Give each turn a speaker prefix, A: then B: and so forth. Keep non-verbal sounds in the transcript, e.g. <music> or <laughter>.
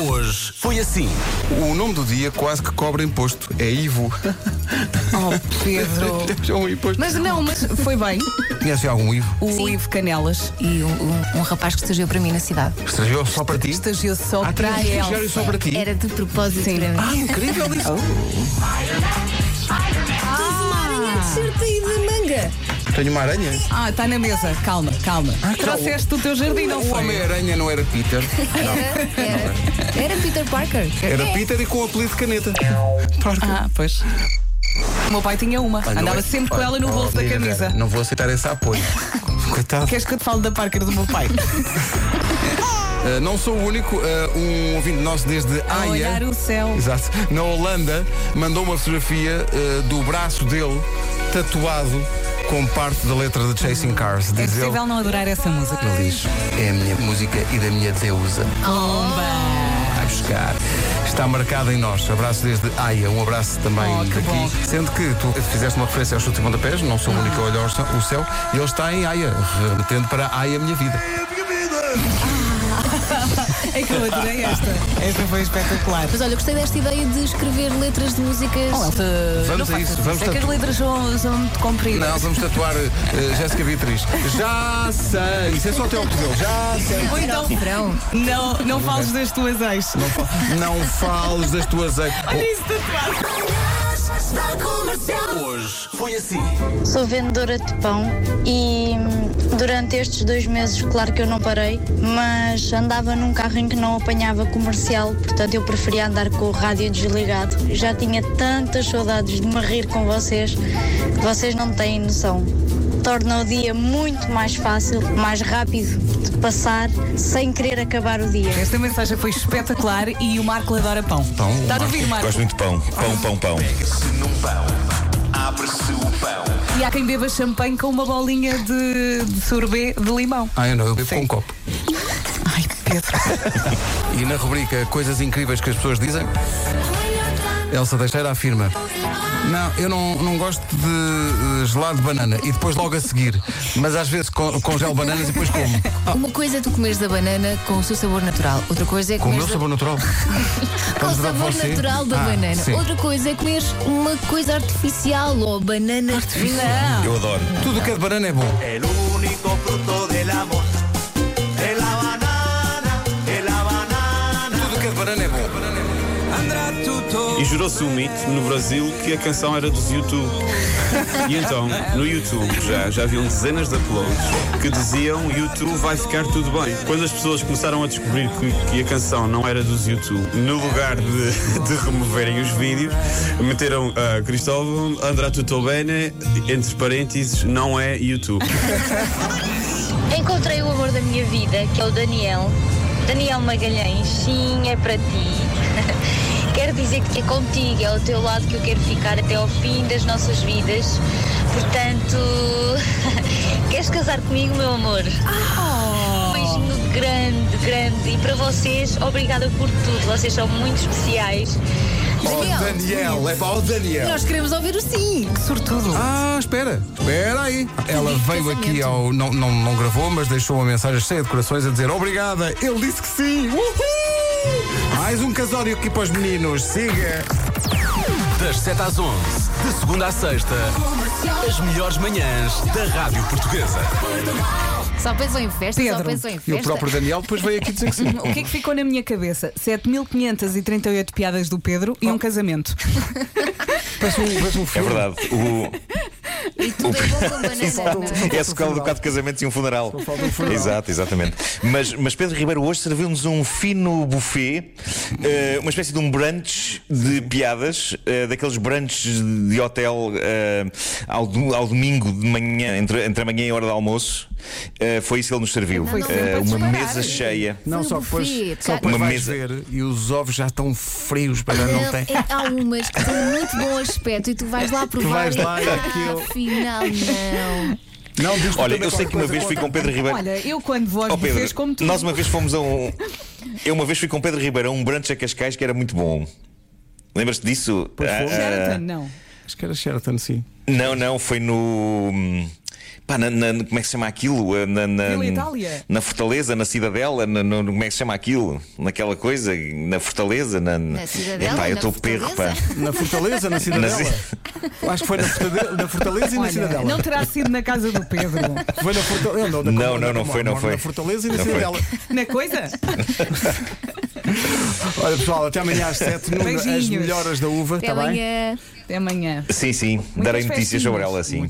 A: hoje foi assim.
B: O nome do dia quase que cobra imposto. É Ivo. <laughs>
C: Oh, Pedro.
B: É um imposto.
C: Mas não, mas foi bem.
B: Conhece algum Ivo?
C: O
D: Sim.
C: Ivo Canelas
D: E um, um- um rapaz que estagiou para mim na cidade.
B: Estagiou só para ti?
C: estagiou só
B: Ah, tinha
C: para
B: um
C: ele.
B: estagiário só para ti?
D: Era de propósito
C: Sim.
D: para mim. Oh.
B: Ah, incrível
D: <laughs>
B: isso. Tenho uma aranha.
C: Ah, está na mesa. Calma, calma. Trouxeste do teu jardim, não
B: Ah, O
C: foi?
B: Homem-Aranha não <laughs> era Peter.
D: Era, era, era Peter Parker.
B: Era Peter e com o apelido de caneta.
C: Ah, pois. O meu pai tinha uma.
B: Não
C: Andava
B: é-
C: sempre com
B: Olha,
C: ela no bolso
B: oh,
C: da
B: amiga,
C: camisa.
B: Vera, Não vou aceitar esse apoio. <laughs> Coitado.
C: Queres que eu te fale da Parker do
B: <laughs>
C: meu pai?
B: Ah, não sou o único, ah, um ouvinte nosso desde
C: A olhar
B: Haia,
C: o céu.
B: exato, na Holanda, mandou uma fotografia ah, do braço dele tatuado com parte da letra de Chasing Cars.
C: É
B: Diz ele,
C: possível não adorar essa música.
B: ele diz, é a minha música e da minha deusa.
D: Oh.
C: Bomba!
B: a buscar. Está marcado em nós. Abraço desde Aia, um abraço também
C: Oh, que
B: daqui.
C: bom.
B: Sendo que tu fizeste uma referência ao chute de pontapés, não sou o único a olhar o céu- o céu, e ele está em Aia, remetendo para Aia Minha Vida.
C: É que eu adorei esta. Esta foi espetacular.
D: Mas olha, eu gostei desta ideia de escrever letras de músicas.
C: Oh,
B: Vamos a isso, vamos
C: É que as
B: tatu-
C: letras são, são muito compridas.
B: Não, vamos tatuar eh, Jéssica Beatriz. Já sei, isso é só teu cotovelo. Já sei.
C: Ou então,
D: Verão.
C: não, não fales das tuas ex.
B: Não, fa-
C: <laughs>
B: não fales das tuas ex. Oh,
C: Isso tatuado.
A: Hoje foi assim.
E: Sou vendedora de pão e hum, durante estes dois meses, claro que eu não parei, mas andava num carro em que não apanhava comercial, portanto eu preferia andar com o rádio desligado. Já tinha tantas saudades de me rir com vocês, que vocês não têm noção. Torna o dia muito mais fácil, mais rápido de passar, sem querer acabar o dia.
C: Esta mensagem foi espetacular e o Marco adora pão.
B: Pão, o
C: Está a ouvir, Marco?
F: Gosto muito de pão. Pão, pão, pão.
A: Pega-se num pão, abre-se o pão.
C: E há quem beba champanhe com uma bolinha de, de sorbet de limão.
B: Ah, eu não, eu bebo com
C: Sim.
B: um copo.
C: Ai, Pedro.
B: E na rubrica Coisas Incríveis que as pessoas dizem, Elsa Teixeira afirma: Não, eu não, não gosto de eh, gelado de banana e depois logo a seguir, mas às vezes con- congelo bananas e depois como.
D: Uma coisa é tu comeres da banana com o seu sabor natural. Outra coisa é
B: Com o
D: comeres
B: meu sabor natural.
D: da... <laughs> com o
B: Vamos dar
D: sabor
B: você?
D: natural da
B: Ah,
D: banana.
B: sim.
D: Outra coisa é comeres uma coisa artificial ou banana artificial.
F: Eu adoro.
B: Tudo o que é de banana é bom.
G: El único fruto del amor es la banana, es la banana.
B: Tudo o que é de banana é bom.
H: E jurou-se um mito no Brasil que a canção era dos YouTube. E então, no YouTube já, já haviam dezenas de uploads que diziam YouTube vai ficar tudo bem. Quando as pessoas começaram a descobrir que, que a canção não era dos YouTube, no lugar de, de removerem os vídeos, meteram ah, Cristóvão Andrá Tutto Bene, entre parênteses, não é YouTube.
E: Encontrei o amor da minha vida, que é o Daniel. Daniel Magalhães, sim, é para ti. <laughs> Quero dizer que é contigo, é ao teu lado que eu quero ficar até ao fim das nossas vidas. Portanto, <laughs> queres casar comigo, meu amor? Um beijinho grande, grande. E para vocês, obrigada por tudo. Vocês são muito especiais.
D: Daniel,
B: Daniel, é para o Daniel.
D: Nós queremos ouvir o sim.
C: Sortudo.
B: Ah, espera, espera aí. Ela veio aqui ao. Não, não, não gravou, mas deixou uma mensagem cheia de corações a dizer obrigada. Ele disse que sim. Uhul! Mais um casório aqui para os meninos. Siga.
A: Das 7 às 11, de segunda à sexta, as melhores manhãs da Rádio Portuguesa.
D: Só pensam em festa, só
C: Pedro,
D: pensam em
B: E
D: festa.
B: o próprio Daniel depois veio aqui dizer que sim.
C: <laughs> O que é que ficou na minha cabeça? 7.538 piadas do Pedro e um casamento.
B: Parece um, parece um
F: É
B: filme.
F: verdade. O,
D: E tudo é bom com banana. não é?
F: é a sequela do quatro casamentos e um funeral. Exato, exatamente. Mas, mas Pedro Ribeiro hoje serviu-nos um fino buffet, eh, uma espécie de um brunch de piadas, eh, daqueles brunches de hotel eh, ao, do- ao domingo de manhã, entre, entre a manhã e a hora do almoço. Eh, foi isso que ele nos serviu.
D: Não, não,
F: Eh,
D: não,
F: uma
D: não, não.
F: mesa cheia.
B: Não,
D: Foi um
B: só depois,
D: buffet,
B: só
D: cara.
B: depois
F: Uma
B: vais
F: mesa.
B: ver e os ovos já estão frios para já não tem.
D: É, há umas que têm muito bom aspecto e tu vais lá provar.
B: vais
D: e,
B: lá e aquilo- Tá
D: Afinal, não.
B: Não, diz
F: Olha, eu sei que uma vez fui com Pedro Ribeiro.
C: Olha, eu quando vou aos
F: Oh, Pedro,
C: bufês como tu.
F: nós uma vez fomos
C: <laughs>
F: a um. Eu uma vez fui com Pedro Ribeiro a um brunch a Cascais que era muito bom. Lembras-te disso?
B: foi.
F: Ah,
C: Sheraton, não.
B: Acho que era Sheraton, sim.
F: não, não, foi no. hum, pá, na- na- como é que se chama aquilo? Eh, Na, na,
C: Vila Itália.
F: na Fortaleza, na Cidadela, na, no- como é que se chama aquilo? Naquela coisa, na Fortaleza, na,
D: Na Cidadela,
F: Epá, eu
D: na
F: estou perro, pá.
D: Fortaleza.
B: Na Fortaleza, na Cidadela. Acho que foi na Fortaleza, na Fortaleza e na
C: Olha,
B: Cidadela.
C: não terá sido na casa do Pedro.
B: Foi na Fortaleza. Não, na-
F: Não,
B: na-
F: não, não foi, não
B: moro
F: foi.
B: Na Fortaleza e na
F: Não foi.
B: Cidadela.
C: Não é coisa?
B: Olha, pessoal, até amanhã às 7 As
C: Beijinhos.
B: melhoras da uva,
D: Até
B: está bem?
D: amanhã.
C: Até amanhã.
F: Sim, sim, darei notícias
C: festinhas.
F: sobre ela, sim.